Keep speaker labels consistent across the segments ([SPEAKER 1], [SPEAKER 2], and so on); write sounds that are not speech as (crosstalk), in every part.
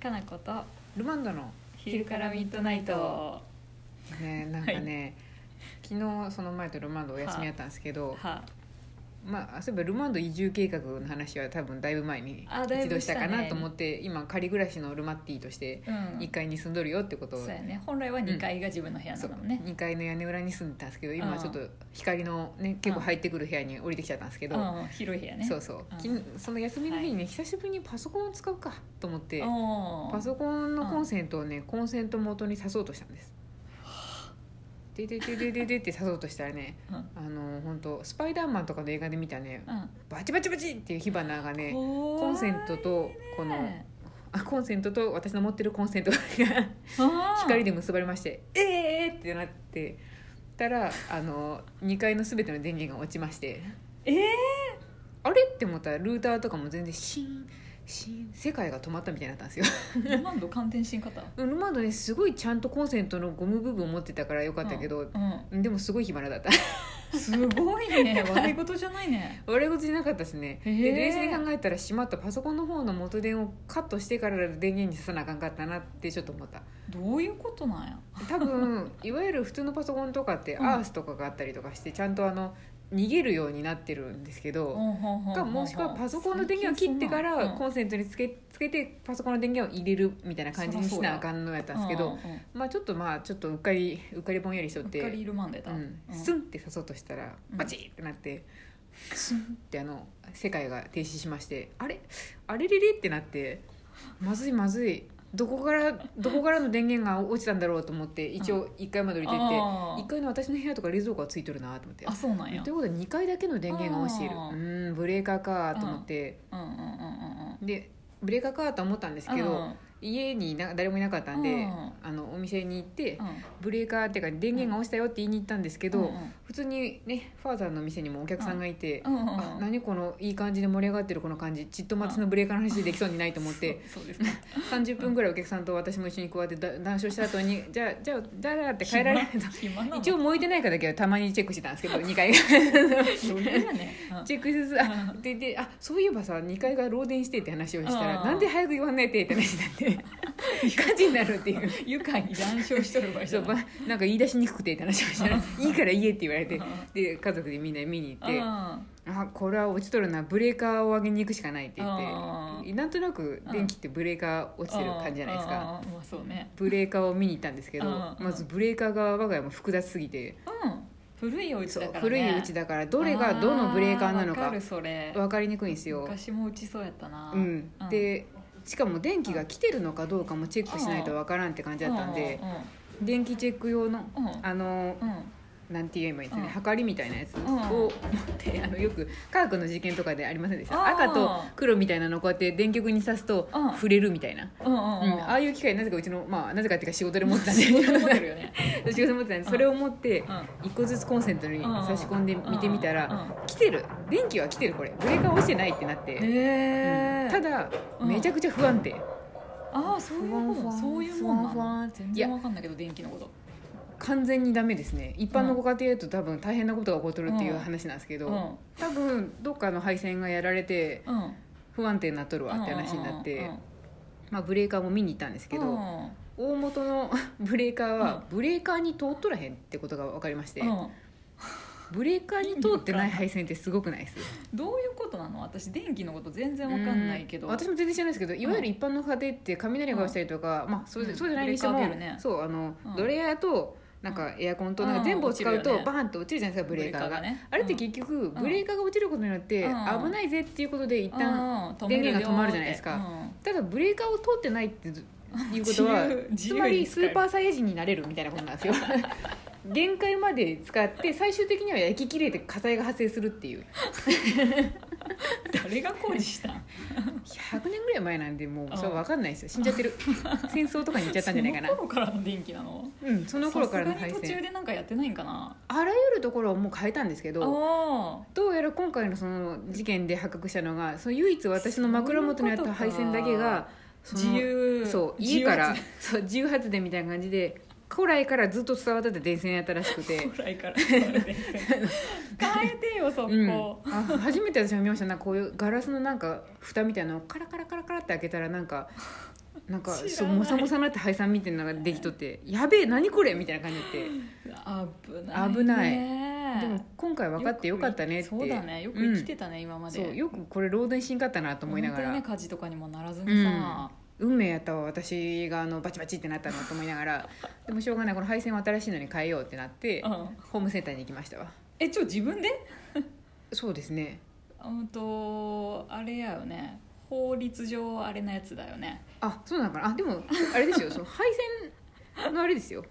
[SPEAKER 1] かなこと
[SPEAKER 2] ルマンドの
[SPEAKER 1] 昼からミッドナイト
[SPEAKER 2] ねなんかね、昨日その前とルマンドお休みやったんですけど、
[SPEAKER 1] は
[SPEAKER 2] まあそういえばルマンド移住計画の話は多分だいぶ前に
[SPEAKER 1] あだい
[SPEAKER 2] 一
[SPEAKER 1] ぶ
[SPEAKER 2] 度したか
[SPEAKER 1] した
[SPEAKER 2] な
[SPEAKER 1] ね
[SPEAKER 2] と思って、今仮暮らしのルマッティとして
[SPEAKER 1] うん
[SPEAKER 2] 1階に住んどるよってことを、
[SPEAKER 1] そうやね本来は2階が自分の部屋な
[SPEAKER 2] そう
[SPEAKER 1] のね、
[SPEAKER 2] 2階の屋根裏に住んでたんですけど今
[SPEAKER 1] うん
[SPEAKER 2] ちょっと光のね結構入ってくる部屋に降りてきちゃったんですけ
[SPEAKER 1] う
[SPEAKER 2] ど、
[SPEAKER 1] ん広い部屋ね
[SPEAKER 2] そうそう、
[SPEAKER 1] うん
[SPEAKER 2] きん、その休みの日にね、久しぶりにパソコンを使うかと思ってパ
[SPEAKER 1] パ
[SPEAKER 2] ソコンのコンセントをね、コンセント元に挿そうとしたんですででででででって挿そうとしたらね
[SPEAKER 1] コン、
[SPEAKER 2] あの本当スパイダーマンとかの映画で見たねバチバチバチっていう火花がねコ
[SPEAKER 1] コ
[SPEAKER 2] ンセントとこのあコンセントと私の持ってるコンセントが光で結ばれましてええー、ってなってたらあの2階の全ての電源が落ちまして
[SPEAKER 1] えー
[SPEAKER 2] あれって思ったらルーターとかも全然シーンシーン世界が止まったみたいになったんですよ
[SPEAKER 1] ルマンド寒天しんかった
[SPEAKER 2] ルマンドねすごいちゃんとコンセントのゴム部分を持ってたからよかったけど、
[SPEAKER 1] うん
[SPEAKER 2] でもすごい火花だった
[SPEAKER 1] すごいね笑い事じゃないね
[SPEAKER 2] 悪いことじゃなかったですねで
[SPEAKER 1] へー
[SPEAKER 2] 冷静に考えたらしまったパソコンの方の元電をカットしてから電源にささなあかんかったなってちょっと思った
[SPEAKER 1] どういうことなんや
[SPEAKER 2] 多分いわゆる普通のパソコンとかって
[SPEAKER 1] うん
[SPEAKER 2] アースとかがあったりとかしてちゃんとあの逃げるようになってるんですけど、かもしくはパソコンの電源を切ってからコンセントにつけつけてパソコンの電源を入れるみたいな感じにしなあかんのやったんですけど、まあちょっとまあちょっとうっかりうっかりぼんやりしとっ
[SPEAKER 1] う
[SPEAKER 2] て
[SPEAKER 1] っかりルマンドやった
[SPEAKER 2] うん、スンって刺そうとしたら
[SPEAKER 1] うん
[SPEAKER 2] バチッってなって、スンってあの世界が停止しましてあれあれれれってなってまずいまずいどこからどこからの電源が落ちたんだろうと思って一応1階まで降りていって、
[SPEAKER 1] あー
[SPEAKER 2] 1階の私の部屋とか冷蔵庫がついとるなと思って。
[SPEAKER 1] あそうなんや
[SPEAKER 2] ということで2階だけの電源が落ちているう
[SPEAKER 1] あー
[SPEAKER 2] ーんブレーカーかと思って
[SPEAKER 1] うんうんうんうんうん
[SPEAKER 2] でブレーカーかと思ったんですけ
[SPEAKER 1] う
[SPEAKER 2] ど
[SPEAKER 1] ん
[SPEAKER 2] 家にな誰もいなかったん
[SPEAKER 1] う
[SPEAKER 2] で
[SPEAKER 1] ん
[SPEAKER 2] あのお店に行って
[SPEAKER 1] うん
[SPEAKER 2] ブレーカーっていうか電源が落ちたよって言いに行ったんですけど、
[SPEAKER 1] うんうん
[SPEAKER 2] 普通にねファーザーの店にもお客さんがいて、
[SPEAKER 1] うんうんうん
[SPEAKER 2] あ何このいい感じで盛り上がってるこの感じちっと待ちのブレーカーの話できそうにないと思って
[SPEAKER 1] (laughs) そうそうですね
[SPEAKER 2] 30分ぐらいお客さんと私も一緒にこうやってだ談笑した後にじゃあじゃあじゃあって帰られると
[SPEAKER 1] 暇なの
[SPEAKER 2] (laughs) 一応燃えてないかだけはたまにチェックしてたんですけど2階が
[SPEAKER 1] 余裕やねうん
[SPEAKER 2] チェックしつつあでであそういえばさ2階が漏電してって話をしたら
[SPEAKER 1] うん
[SPEAKER 2] なんで早く言わないてって話になって火事になるっていう。
[SPEAKER 1] 愉快に談笑しとる場合じ
[SPEAKER 2] そ
[SPEAKER 1] ゃ
[SPEAKER 2] う
[SPEAKER 1] ない
[SPEAKER 2] ばなんか言い出しにくくてって話をしたら「いいから言え」って言われて
[SPEAKER 1] うん
[SPEAKER 2] で家族でみんな見に行って
[SPEAKER 1] うん
[SPEAKER 2] あこれは落ちとるなブレーカーを上げに行くしかないって言っ
[SPEAKER 1] う
[SPEAKER 2] てなんとなく電気ってブレーカー落ちてる感じじゃないです
[SPEAKER 1] うんうん
[SPEAKER 2] か
[SPEAKER 1] うんまあそうね
[SPEAKER 2] ブレーカーを見に行ったんですけど
[SPEAKER 1] うん
[SPEAKER 2] まずブレーカーが我が家も複雑すぎて
[SPEAKER 1] うん古いお家
[SPEAKER 2] そ
[SPEAKER 1] だ
[SPEAKER 2] う
[SPEAKER 1] からね
[SPEAKER 2] 古いうちだからどれがどのブレーカーな
[SPEAKER 1] あ
[SPEAKER 2] の
[SPEAKER 1] わ
[SPEAKER 2] か
[SPEAKER 1] かるそれ
[SPEAKER 2] 分かりにくいんですよ。
[SPEAKER 1] 昔もうちそうやったな
[SPEAKER 2] うん、でしかも電気が来てるのかどうかもチェックしないと分からんって感じだったんで電気チェック用の
[SPEAKER 1] うんうん
[SPEAKER 2] あの
[SPEAKER 1] うん
[SPEAKER 2] なんて言えばいいんですかね、
[SPEAKER 1] うん
[SPEAKER 2] はかりみたいなやつを
[SPEAKER 1] ん
[SPEAKER 2] 持って、 (laughs) あのよく科学の実験とかでありませんでした
[SPEAKER 1] あー
[SPEAKER 2] 赤と黒みたいなのをこうやって電極に刺すと
[SPEAKER 1] うん
[SPEAKER 2] 触れるみたいな、
[SPEAKER 1] うんうん
[SPEAKER 2] うん
[SPEAKER 1] うんうん
[SPEAKER 2] ああいう機械なぜかうちのまあなぜかっていうか仕事で持ってたんで
[SPEAKER 1] (laughs) 持ってるよね
[SPEAKER 2] 仕事で持ってたんでそれを持って
[SPEAKER 1] うん
[SPEAKER 2] 一個ずつコンセントに差し込んで見てみた
[SPEAKER 1] うんうんうん
[SPEAKER 2] ら来てる電気は来てるこれブレーカー落ちてないってなって、
[SPEAKER 1] へ
[SPEAKER 2] う
[SPEAKER 1] え
[SPEAKER 2] んただ
[SPEAKER 1] うん
[SPEAKER 2] めちゃくちゃ不安定、
[SPEAKER 1] ああそういうも
[SPEAKER 2] ふわんふわん
[SPEAKER 1] んそういうもんな
[SPEAKER 2] ふわんふわ
[SPEAKER 1] の
[SPEAKER 2] ん
[SPEAKER 1] 全
[SPEAKER 2] いや
[SPEAKER 1] 然わかんないけど電気のこと
[SPEAKER 2] 完全にダメですね一般のご家庭だと多分大変なことが起こっとるっていう話なんですけど、
[SPEAKER 1] うん
[SPEAKER 2] 多分どっかの配線がやられて
[SPEAKER 1] うん
[SPEAKER 2] 不安定になっとるわって話になって、
[SPEAKER 1] うんうんうん
[SPEAKER 2] まあ、ブレーカーも見に行ったんですけど、
[SPEAKER 1] うん
[SPEAKER 2] 大元の (laughs) ブレーカーは
[SPEAKER 1] う
[SPEAKER 2] ブレーカーに通っとらへんってことが分かりまして、
[SPEAKER 1] うん
[SPEAKER 2] ブレーカーに通ってない配線ってすごくないです
[SPEAKER 1] どういうことなの私電気のこと全然わかんないけど
[SPEAKER 2] うん私も全然知らないですけどいわゆる一般の家庭って雷が落ちたりとか、まあ、そう
[SPEAKER 1] うん
[SPEAKER 2] そうじゃないにしても、
[SPEAKER 1] ブレーカーあるよね
[SPEAKER 2] そうあの、
[SPEAKER 1] うん
[SPEAKER 2] ドレアとなんかエアコンとなん
[SPEAKER 1] う
[SPEAKER 2] か
[SPEAKER 1] ん
[SPEAKER 2] 全部を使う
[SPEAKER 1] 落ちるよ
[SPEAKER 2] と
[SPEAKER 1] ね
[SPEAKER 2] バーンと落ちるじゃないですかブレーカーが。
[SPEAKER 1] ね
[SPEAKER 2] あれって結局、ブレーカーが落ちることによって
[SPEAKER 1] うん
[SPEAKER 2] 危ないぜっていうことで一旦、
[SPEAKER 1] うん
[SPEAKER 2] 電源が止まるじゃないですか
[SPEAKER 1] うん
[SPEAKER 2] ただブレーカーを通ってないってずいうこと
[SPEAKER 1] (laughs)
[SPEAKER 2] は
[SPEAKER 1] 自由
[SPEAKER 2] つまり
[SPEAKER 1] 自由に使
[SPEAKER 2] ス
[SPEAKER 1] える
[SPEAKER 2] ーパーサイヤ人になれるみたいなことなん (laughs) ですよ限界まで使って最終的には焼き切れて火災が発生するっていう
[SPEAKER 1] 誰が工事したん
[SPEAKER 2] 100年ぐらい前なんでも
[SPEAKER 1] う
[SPEAKER 2] うんそれは分かんないですよ死んじゃ (laughs) ってる戦争とかに行っちゃったんじゃないかな
[SPEAKER 1] その頃からの電気なの
[SPEAKER 2] うんそ
[SPEAKER 1] そ
[SPEAKER 2] の頃からの
[SPEAKER 1] 配
[SPEAKER 2] 配
[SPEAKER 1] 線途中
[SPEAKER 2] 線
[SPEAKER 1] でなんかやってないんかな
[SPEAKER 2] あらゆるところをもう変えたんですけど
[SPEAKER 1] あ
[SPEAKER 2] どうやら今回のその事件で発覚したのがその唯一私の枕元にあった配線だけが
[SPEAKER 1] ー
[SPEAKER 2] その
[SPEAKER 1] 自由
[SPEAKER 2] そう
[SPEAKER 1] 自
[SPEAKER 2] 家
[SPEAKER 1] 由
[SPEAKER 2] から
[SPEAKER 1] 発
[SPEAKER 2] そう自由発電みたいな感じで古来からずっと伝わってた電線やったらしくて
[SPEAKER 1] 電古来
[SPEAKER 2] (laughs)
[SPEAKER 1] から変えてよそこ、
[SPEAKER 2] うん、あ
[SPEAKER 1] (laughs)
[SPEAKER 2] 初めて私も見ましたなんかこういうガラスのなんか蓋みたいなのをカラカラカラカラって開けたらなんかなんか
[SPEAKER 1] 知らない
[SPEAKER 2] そうもさもさになって配散みたいなのができとってやべえ何これみたいな感じ
[SPEAKER 1] 危
[SPEAKER 2] で
[SPEAKER 1] ないね
[SPEAKER 2] 危ないでも今回分かってよかったねって
[SPEAKER 1] そうだねよく生きてたね、今ま
[SPEAKER 2] うん
[SPEAKER 1] で
[SPEAKER 2] そうよくこれロードにしんかったなと思いながら、
[SPEAKER 1] 本当にね火事とかにもならずにさ、
[SPEAKER 2] 運命やったわ私があのバチバチってなったなと思いな
[SPEAKER 1] (laughs)
[SPEAKER 2] がらでもしょうがないこの配線を新しいのに変えようってなって、
[SPEAKER 1] うん
[SPEAKER 2] ホームセンターに行きましたわ
[SPEAKER 1] えちょ自分で
[SPEAKER 2] そうですね
[SPEAKER 1] うんとあれやよね法律上あれなやつだよね、
[SPEAKER 2] あそうなのかなあでもあれですよその配線のあれですよ、
[SPEAKER 1] うん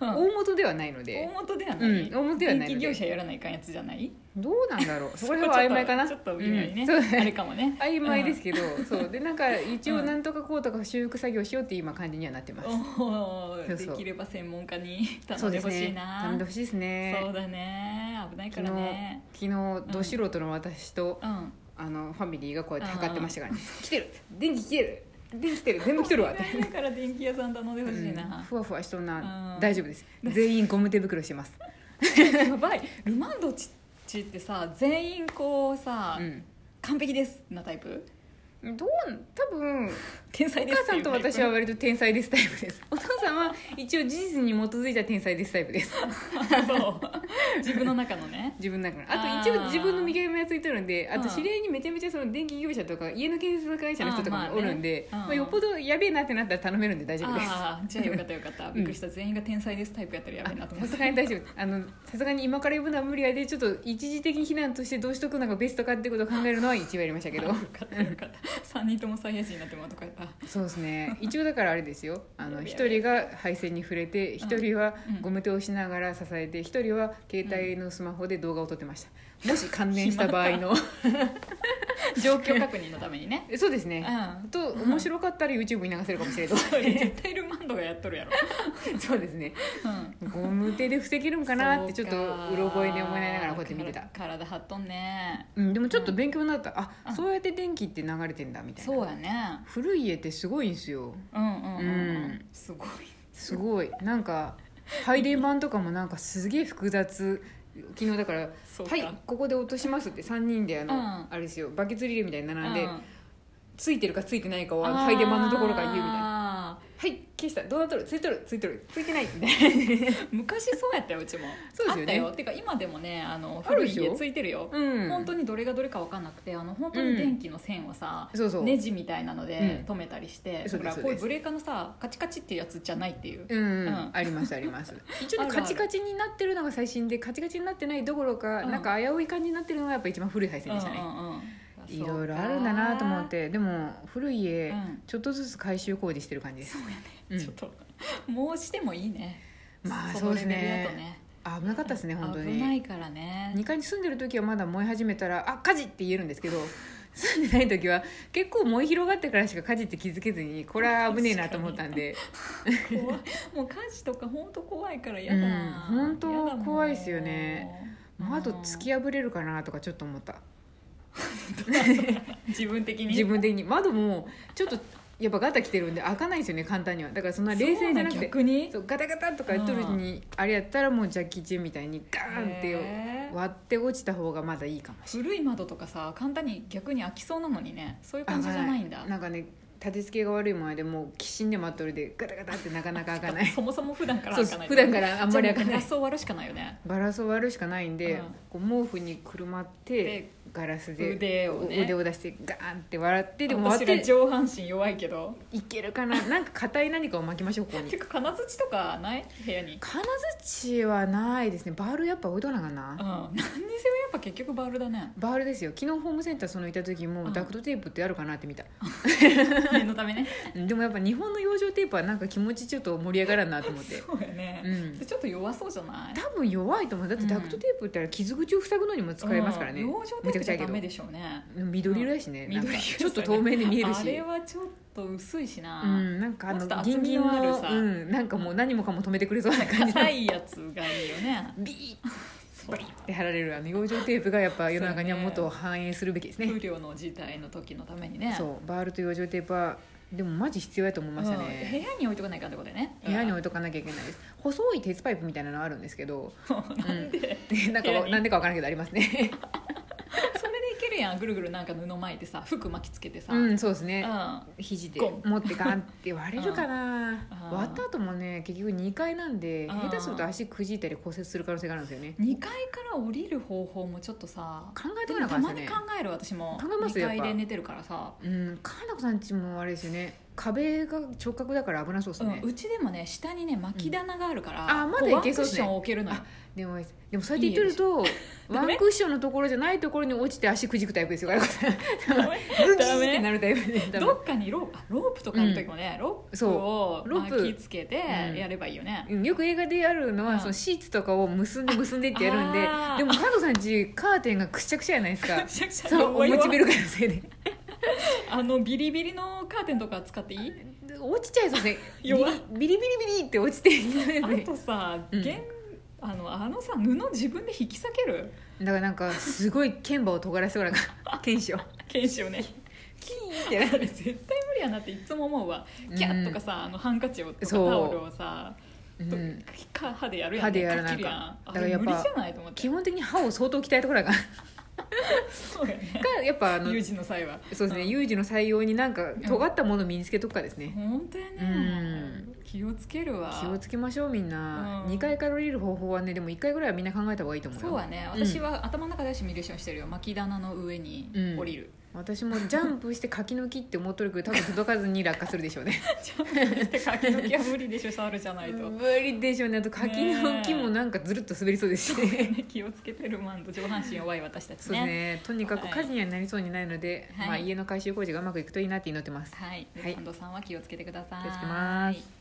[SPEAKER 2] 大元ではないの
[SPEAKER 1] 大
[SPEAKER 2] で
[SPEAKER 1] 元ではない、
[SPEAKER 2] うん大元ではないので
[SPEAKER 1] 電気業者やらないかんやつじゃない
[SPEAKER 2] どうなんだろ
[SPEAKER 1] (laughs)
[SPEAKER 2] うそこら辺は曖昧かな
[SPEAKER 1] そこちょっとちょっと微妙にね、
[SPEAKER 2] うんそう
[SPEAKER 1] (laughs) あれかも
[SPEAKER 2] (laughs)
[SPEAKER 1] ね
[SPEAKER 2] 曖昧です
[SPEAKER 1] け
[SPEAKER 2] けど、そうでなんか一
[SPEAKER 1] う
[SPEAKER 2] 応
[SPEAKER 1] ん
[SPEAKER 2] なんとかこうとか修復作業しようっていう今感じにはなってます、そうそう
[SPEAKER 1] できれば専門家に
[SPEAKER 2] そ
[SPEAKER 1] 頼
[SPEAKER 2] うん
[SPEAKER 1] で
[SPEAKER 2] です
[SPEAKER 1] ほしい
[SPEAKER 2] ね
[SPEAKER 1] な
[SPEAKER 2] 頼んでほしいですね
[SPEAKER 1] そうだね危ないか
[SPEAKER 2] 昨
[SPEAKER 1] ら
[SPEAKER 2] 日、
[SPEAKER 1] ね
[SPEAKER 2] 昨日ど素人の私と、
[SPEAKER 1] うん
[SPEAKER 2] あのファミリーがこうやって測ってましたからね「来てる電気来てる電気来て
[SPEAKER 1] (laughs)
[SPEAKER 2] る全部来てるわ」って。
[SPEAKER 1] だから電気屋さん頼んでほしい
[SPEAKER 2] うん
[SPEAKER 1] な、
[SPEAKER 2] ふわふわしとんな、
[SPEAKER 1] うん
[SPEAKER 2] 大丈夫です全員ゴム手袋してます、
[SPEAKER 1] (laughs) やばいルマンドチッチってさ全員こうさ、
[SPEAKER 2] う
[SPEAKER 1] 完璧ですなタイプ
[SPEAKER 2] ん、どうん多分
[SPEAKER 1] 天才
[SPEAKER 2] お
[SPEAKER 1] ですって
[SPEAKER 2] 母さ
[SPEAKER 1] い
[SPEAKER 2] ん
[SPEAKER 1] う
[SPEAKER 2] と
[SPEAKER 1] タイプ
[SPEAKER 2] 私は割と天才ですタイプですお父さんは一応事実に基づいた天才ですタイプです (laughs)
[SPEAKER 1] そう自分の中のね
[SPEAKER 2] 自分だからあと一
[SPEAKER 1] あ
[SPEAKER 2] 応
[SPEAKER 1] ー
[SPEAKER 2] 自分の見解もやついてるんであと
[SPEAKER 1] うん
[SPEAKER 2] 知り合いにめちゃめちゃその電気業者とか家の建設会社の人とか
[SPEAKER 1] あーまあ
[SPEAKER 2] も
[SPEAKER 1] ね
[SPEAKER 2] おるんで、
[SPEAKER 1] うん
[SPEAKER 2] まあよっぽどやべえなってなったら頼めるんで大丈夫です
[SPEAKER 1] ああじゃあよかったよかったびっくりした、全員が天才ですタイプやったらやべえなと思
[SPEAKER 2] さ
[SPEAKER 1] っ
[SPEAKER 2] す
[SPEAKER 1] た
[SPEAKER 2] がに大丈夫あのさすがに今から呼ぶのは無理やでちょっと一時的避難としてどうしとくのがベストかってことを考えるのは一応やりましたけ
[SPEAKER 1] あ
[SPEAKER 2] ど
[SPEAKER 1] よかったよかった3人ともサイヤ人になってもらうとかやった
[SPEAKER 2] (laughs) そうですね
[SPEAKER 1] (laughs)
[SPEAKER 2] 一応だからあれですよあ
[SPEAKER 1] や
[SPEAKER 2] の
[SPEAKER 1] べや
[SPEAKER 2] 一
[SPEAKER 1] べ
[SPEAKER 2] 人が配線に触れて一人は
[SPEAKER 1] うん
[SPEAKER 2] ゴム手をしながら支えて一人は携帯のスマホで動画を撮ってましたもし関連した場合の
[SPEAKER 1] 状況確認のためにね
[SPEAKER 2] (laughs) そうです
[SPEAKER 1] う
[SPEAKER 2] ね
[SPEAKER 1] ん
[SPEAKER 2] と面白かったら YouTube に流せるかもしれな
[SPEAKER 1] それ
[SPEAKER 2] い
[SPEAKER 1] 絶対ルマンドがやっとるやろ、
[SPEAKER 2] そうですね
[SPEAKER 1] うん
[SPEAKER 2] ゴム手で防げるんかなってちょっとうろ覚えで思いながらこうやって見てた
[SPEAKER 1] そうか体張っとんね
[SPEAKER 2] うん、でもちょっと勉強になった、
[SPEAKER 1] うん
[SPEAKER 2] あそうやって電気って流れてんだみたいな
[SPEAKER 1] そうやね
[SPEAKER 2] 古い家ってすごいんですよ
[SPEAKER 1] うんうんうん、う、
[SPEAKER 2] うん
[SPEAKER 1] すごい
[SPEAKER 2] すごいなんか配電盤とかもなんかすげえ複雑昨日だから「
[SPEAKER 1] そうか
[SPEAKER 2] はいここで落とします」って3人であの、
[SPEAKER 1] うん
[SPEAKER 2] あれですよバケツリレーみたいに並んで、
[SPEAKER 1] うん
[SPEAKER 2] ついてるかついてないかをあの配電盤のところから言うみたいな「
[SPEAKER 1] な
[SPEAKER 2] はい消したどうなっとるついとるついとるついてない」みたいな
[SPEAKER 1] 昔そうやったようちも
[SPEAKER 2] そうです
[SPEAKER 1] あ
[SPEAKER 2] よね
[SPEAKER 1] ったよてか今でもねあの
[SPEAKER 2] ある
[SPEAKER 1] 古
[SPEAKER 2] で
[SPEAKER 1] い
[SPEAKER 2] しょ
[SPEAKER 1] 家ついてるよ、
[SPEAKER 2] うん
[SPEAKER 1] 本当にどれがどれか分かんなくてあの本当に電気の線をさ、
[SPEAKER 2] そうそう、
[SPEAKER 1] ネジみたいなので
[SPEAKER 2] う
[SPEAKER 1] 止めたりして、
[SPEAKER 2] そ
[SPEAKER 1] だ
[SPEAKER 2] うです
[SPEAKER 1] から
[SPEAKER 2] そうで
[SPEAKER 1] こ
[SPEAKER 2] す
[SPEAKER 1] ういうブレーカーのさカチカチっていうやつじゃないっていう、
[SPEAKER 2] うん、
[SPEAKER 1] うん
[SPEAKER 2] ありますあります一応
[SPEAKER 1] あ
[SPEAKER 2] ね
[SPEAKER 1] るある
[SPEAKER 2] カチカチになってるのが最新でカチカチになってないどころか、
[SPEAKER 1] うん
[SPEAKER 2] なんか危うい感じになってるのがやっぱ一番古い配線でしたね、
[SPEAKER 1] うん
[SPEAKER 2] いろいろあるんだなと思っ、てでも古い家、
[SPEAKER 1] うん
[SPEAKER 2] ちょっとずつ改修工事してる感じです
[SPEAKER 1] そううんかちょっともうしてもいいね
[SPEAKER 2] ま
[SPEAKER 1] のレ
[SPEAKER 2] あ
[SPEAKER 1] ベル
[SPEAKER 2] そうですね
[SPEAKER 1] だとね
[SPEAKER 2] あ危なかったですね本当
[SPEAKER 1] 危な
[SPEAKER 2] に
[SPEAKER 1] いからね
[SPEAKER 2] 2階に住んでる時はまだ燃え始めたら「あ火事!」って言えるんですけど (laughs) 住んでない時は結構燃え広がってからしか火事って気づけずにこれは危ねえなと思ったんで
[SPEAKER 1] 怖いもう火事とか本当怖いから嫌
[SPEAKER 2] う
[SPEAKER 1] だ、
[SPEAKER 2] ん本当
[SPEAKER 1] やだもん
[SPEAKER 2] 怖いですよね窓突き破れるかなとかちょっと思った
[SPEAKER 1] 自分的に
[SPEAKER 2] 自分的に窓もちょっとやっぱガタ来てるんで開かないですよね簡単にはだからそんな冷静じゃなく
[SPEAKER 1] そう
[SPEAKER 2] て
[SPEAKER 1] 逆に
[SPEAKER 2] そうガタガタとか言っとるうちにあれやったらもうジャッキー・チェンみたいにガーンって
[SPEAKER 1] へー
[SPEAKER 2] 割って落ちた方がまだいいかもし
[SPEAKER 1] 古い窓とかさ簡単に逆に開きそうなのにねそういう
[SPEAKER 2] れな
[SPEAKER 1] 感
[SPEAKER 2] い
[SPEAKER 1] じじゃないんだ
[SPEAKER 2] なんかね立て付けが悪いもんやでもうきしんで待っとるでガタガタってなかなか開かない
[SPEAKER 1] そもそも普段から
[SPEAKER 2] そう
[SPEAKER 1] 開か
[SPEAKER 2] そう
[SPEAKER 1] ない
[SPEAKER 2] 普段からあんまり開か
[SPEAKER 1] じゃあ
[SPEAKER 2] ない
[SPEAKER 1] ガラスを割るしかないよね
[SPEAKER 2] ガラスを割るしかないんで、こう毛布にくるまって
[SPEAKER 1] で
[SPEAKER 2] ガラスで
[SPEAKER 1] 腕をね
[SPEAKER 2] 腕を出してガーンって笑ってでも
[SPEAKER 1] 私
[SPEAKER 2] 割
[SPEAKER 1] ら
[SPEAKER 2] って
[SPEAKER 1] 上半身弱いけど
[SPEAKER 2] いけるかななんか硬い何かを巻きましょうここ
[SPEAKER 1] て
[SPEAKER 2] に
[SPEAKER 1] いうか金槌とかない部屋に
[SPEAKER 2] 金槌はないですねバールやっぱ置いとらなあかんな、
[SPEAKER 1] うん何にせよやっぱ結局バールだ
[SPEAKER 2] (laughs)
[SPEAKER 1] ね
[SPEAKER 2] バールですよ昨日ホームセンターそのいた時
[SPEAKER 1] う
[SPEAKER 2] も
[SPEAKER 1] ん
[SPEAKER 2] ダクトテープってあるかなって見た、
[SPEAKER 1] 念のためね
[SPEAKER 2] でもやっぱ日本の養生テープはなんか気持ちちょっと盛り上がらんなと思って
[SPEAKER 1] そうやね、
[SPEAKER 2] うん
[SPEAKER 1] でちょっと弱そうじゃない
[SPEAKER 2] 多分弱いと思うだってダクトテープってあれ傷口を塞ぐのにも使えますからね、
[SPEAKER 1] うん養生テープ
[SPEAKER 2] めちゃくちゃ
[SPEAKER 1] じゃ
[SPEAKER 2] やけ
[SPEAKER 1] ダ
[SPEAKER 2] ど
[SPEAKER 1] メでしょうね
[SPEAKER 2] 緑色やしね、
[SPEAKER 1] うん
[SPEAKER 2] なんか
[SPEAKER 1] 緑色
[SPEAKER 2] ちょっと透明で見える
[SPEAKER 1] あ
[SPEAKER 2] し
[SPEAKER 1] れはちょっと薄いしな、
[SPEAKER 2] うん、なんかあ
[SPEAKER 1] も
[SPEAKER 2] の
[SPEAKER 1] っと
[SPEAKER 2] ギ
[SPEAKER 1] 厚
[SPEAKER 2] ンギ
[SPEAKER 1] み
[SPEAKER 2] ン
[SPEAKER 1] の
[SPEAKER 2] の
[SPEAKER 1] あるさ
[SPEAKER 2] うん、なんかもう何もかも止めてくれそうな感
[SPEAKER 1] (laughs)
[SPEAKER 2] じの
[SPEAKER 1] 硬いやつがいいよね
[SPEAKER 2] ビー
[SPEAKER 1] そう
[SPEAKER 2] って貼られるあの養生テープがやっぱ世の中にはもっと反映するべきですね
[SPEAKER 1] 不慮の事態の時のためにね
[SPEAKER 2] そうバールと養生テープはでもマジ必要やと思いましたね、
[SPEAKER 1] うん部屋に置いとかないかんってことだよね
[SPEAKER 2] 部屋に置いとかなきゃいけないです細い鉄パイプみたいなのあるんですけど
[SPEAKER 1] (laughs) なんで、
[SPEAKER 2] (laughs) なんか
[SPEAKER 1] 部屋
[SPEAKER 2] わ
[SPEAKER 1] に (laughs)
[SPEAKER 2] なんでかわからんけどありますね
[SPEAKER 1] それでいけるやゃんぐるぐるなんか布巻いてさ服巻きつけてさ、
[SPEAKER 2] う
[SPEAKER 1] うん
[SPEAKER 2] んそうですね
[SPEAKER 1] あ
[SPEAKER 2] 肘で
[SPEAKER 1] ゴン
[SPEAKER 2] 持ってガンって割れるか
[SPEAKER 1] あ
[SPEAKER 2] な
[SPEAKER 1] ー
[SPEAKER 2] (laughs) 割った後もね結局2回なんで
[SPEAKER 1] あー
[SPEAKER 2] 下手すると足くじいたり骨折する可能性があるんですよね
[SPEAKER 1] 2階から降りる方法もちょっとさ
[SPEAKER 2] 考え
[SPEAKER 1] で
[SPEAKER 2] てこ
[SPEAKER 1] も
[SPEAKER 2] なか
[SPEAKER 1] た
[SPEAKER 2] った
[SPEAKER 1] ま
[SPEAKER 2] で
[SPEAKER 1] に
[SPEAKER 2] す
[SPEAKER 1] 考
[SPEAKER 2] よね
[SPEAKER 1] える私も
[SPEAKER 2] 考えます
[SPEAKER 1] 2
[SPEAKER 2] よやっぱ
[SPEAKER 1] 階で寝てるからさ
[SPEAKER 2] うんかなこさんちもあれですよね壁が直角だから危なそうです
[SPEAKER 1] う,、
[SPEAKER 2] ね、
[SPEAKER 1] ん、うちでもね下にね巻き棚があるから、
[SPEAKER 2] んあまだ
[SPEAKER 1] こう
[SPEAKER 2] いけそう
[SPEAKER 1] ワンクッ
[SPEAKER 2] っす
[SPEAKER 1] シ
[SPEAKER 2] ね
[SPEAKER 1] ョンを置けるのよ
[SPEAKER 2] あでもでもそうやって言ってるとワンクッションのところじゃないところに落ちて足くじくタイプです (laughs) よグキーってなるタイプで多分
[SPEAKER 1] どっかにロープあロープとかの時もね、ロープを
[SPEAKER 2] そうロープ
[SPEAKER 1] 巻きつけて
[SPEAKER 2] うん
[SPEAKER 1] やればいいよね、
[SPEAKER 2] うんよく映画でやるのは、
[SPEAKER 1] うん
[SPEAKER 2] そのシーツとかを結んで結んでってやるんで
[SPEAKER 1] あー
[SPEAKER 2] でも加藤さんちカーテンがくしゃくしゃじゃないで
[SPEAKER 1] (laughs)
[SPEAKER 2] すか
[SPEAKER 1] シャキシャキ
[SPEAKER 2] そうお
[SPEAKER 1] 弱い弱
[SPEAKER 2] 餅
[SPEAKER 1] い
[SPEAKER 2] ビルからのせいで
[SPEAKER 1] あのビリビリのカーテンとか使っていい
[SPEAKER 2] で落ちちゃいそうですねビリ
[SPEAKER 1] 弱い
[SPEAKER 2] ビリビリビリって落ちて
[SPEAKER 1] あとさ、
[SPEAKER 2] うん
[SPEAKER 1] 現あのあのさ布自分で引き裂ける
[SPEAKER 2] だからなんかすごい剣歯を尖らせそうな
[SPEAKER 1] (laughs)
[SPEAKER 2] 剣士を
[SPEAKER 1] 剣士を
[SPEAKER 2] (laughs)
[SPEAKER 1] ね
[SPEAKER 2] キーっ
[SPEAKER 1] いや
[SPEAKER 2] て
[SPEAKER 1] あれ絶対無理やなっていつも思うわキャッとかさ、あのハンカチをとかタ
[SPEAKER 2] そう
[SPEAKER 1] オルをさ、
[SPEAKER 2] うん
[SPEAKER 1] と
[SPEAKER 2] うん
[SPEAKER 1] か歯でやるやん、
[SPEAKER 2] 歯でやる
[SPEAKER 1] かけるや
[SPEAKER 2] なん
[SPEAKER 1] ん
[SPEAKER 2] か
[SPEAKER 1] あ
[SPEAKER 2] だからや
[SPEAKER 1] れ
[SPEAKER 2] っぱ
[SPEAKER 1] 無理じゃないと思って
[SPEAKER 2] 基本的に歯を相当鍛えたところが
[SPEAKER 1] そうやね
[SPEAKER 2] がやっぱあの
[SPEAKER 1] 有事の際は
[SPEAKER 2] そうですね、
[SPEAKER 1] うん
[SPEAKER 2] 有事の採用になんか尖ったものを身につけとくかですね、
[SPEAKER 1] 本当やね、気をつけるわ
[SPEAKER 2] 気をつけましょうみんな、
[SPEAKER 1] うん
[SPEAKER 2] 2階から降りる方法はねでも1回ぐらいはみんな考えた方がいいと思うよ
[SPEAKER 1] そうはね
[SPEAKER 2] うん
[SPEAKER 1] 私は頭の中ではシミュレーションしてるよ巻き棚の上に降りる、
[SPEAKER 2] 私もジャンプして柿の木って思っとるけど多分届かずに落下するでしょうね
[SPEAKER 1] ちゃんとして柿の木は無理でしょ触るじゃ (laughs) ないと、
[SPEAKER 2] 無理でしょうねあと柿の木もなんかずるっと滑りそうですし、ね、
[SPEAKER 1] (laughs) 気をつけてるマンと上半身弱い私たち
[SPEAKER 2] そうですねとにかく
[SPEAKER 1] はい
[SPEAKER 2] 火事にはなりそうにないので、
[SPEAKER 1] はい
[SPEAKER 2] まあ、家の改修工事がうまくいくといいなって祈ってます
[SPEAKER 1] はい、
[SPEAKER 2] はい
[SPEAKER 1] 近藤さんは気をつけてください
[SPEAKER 2] 気をつけます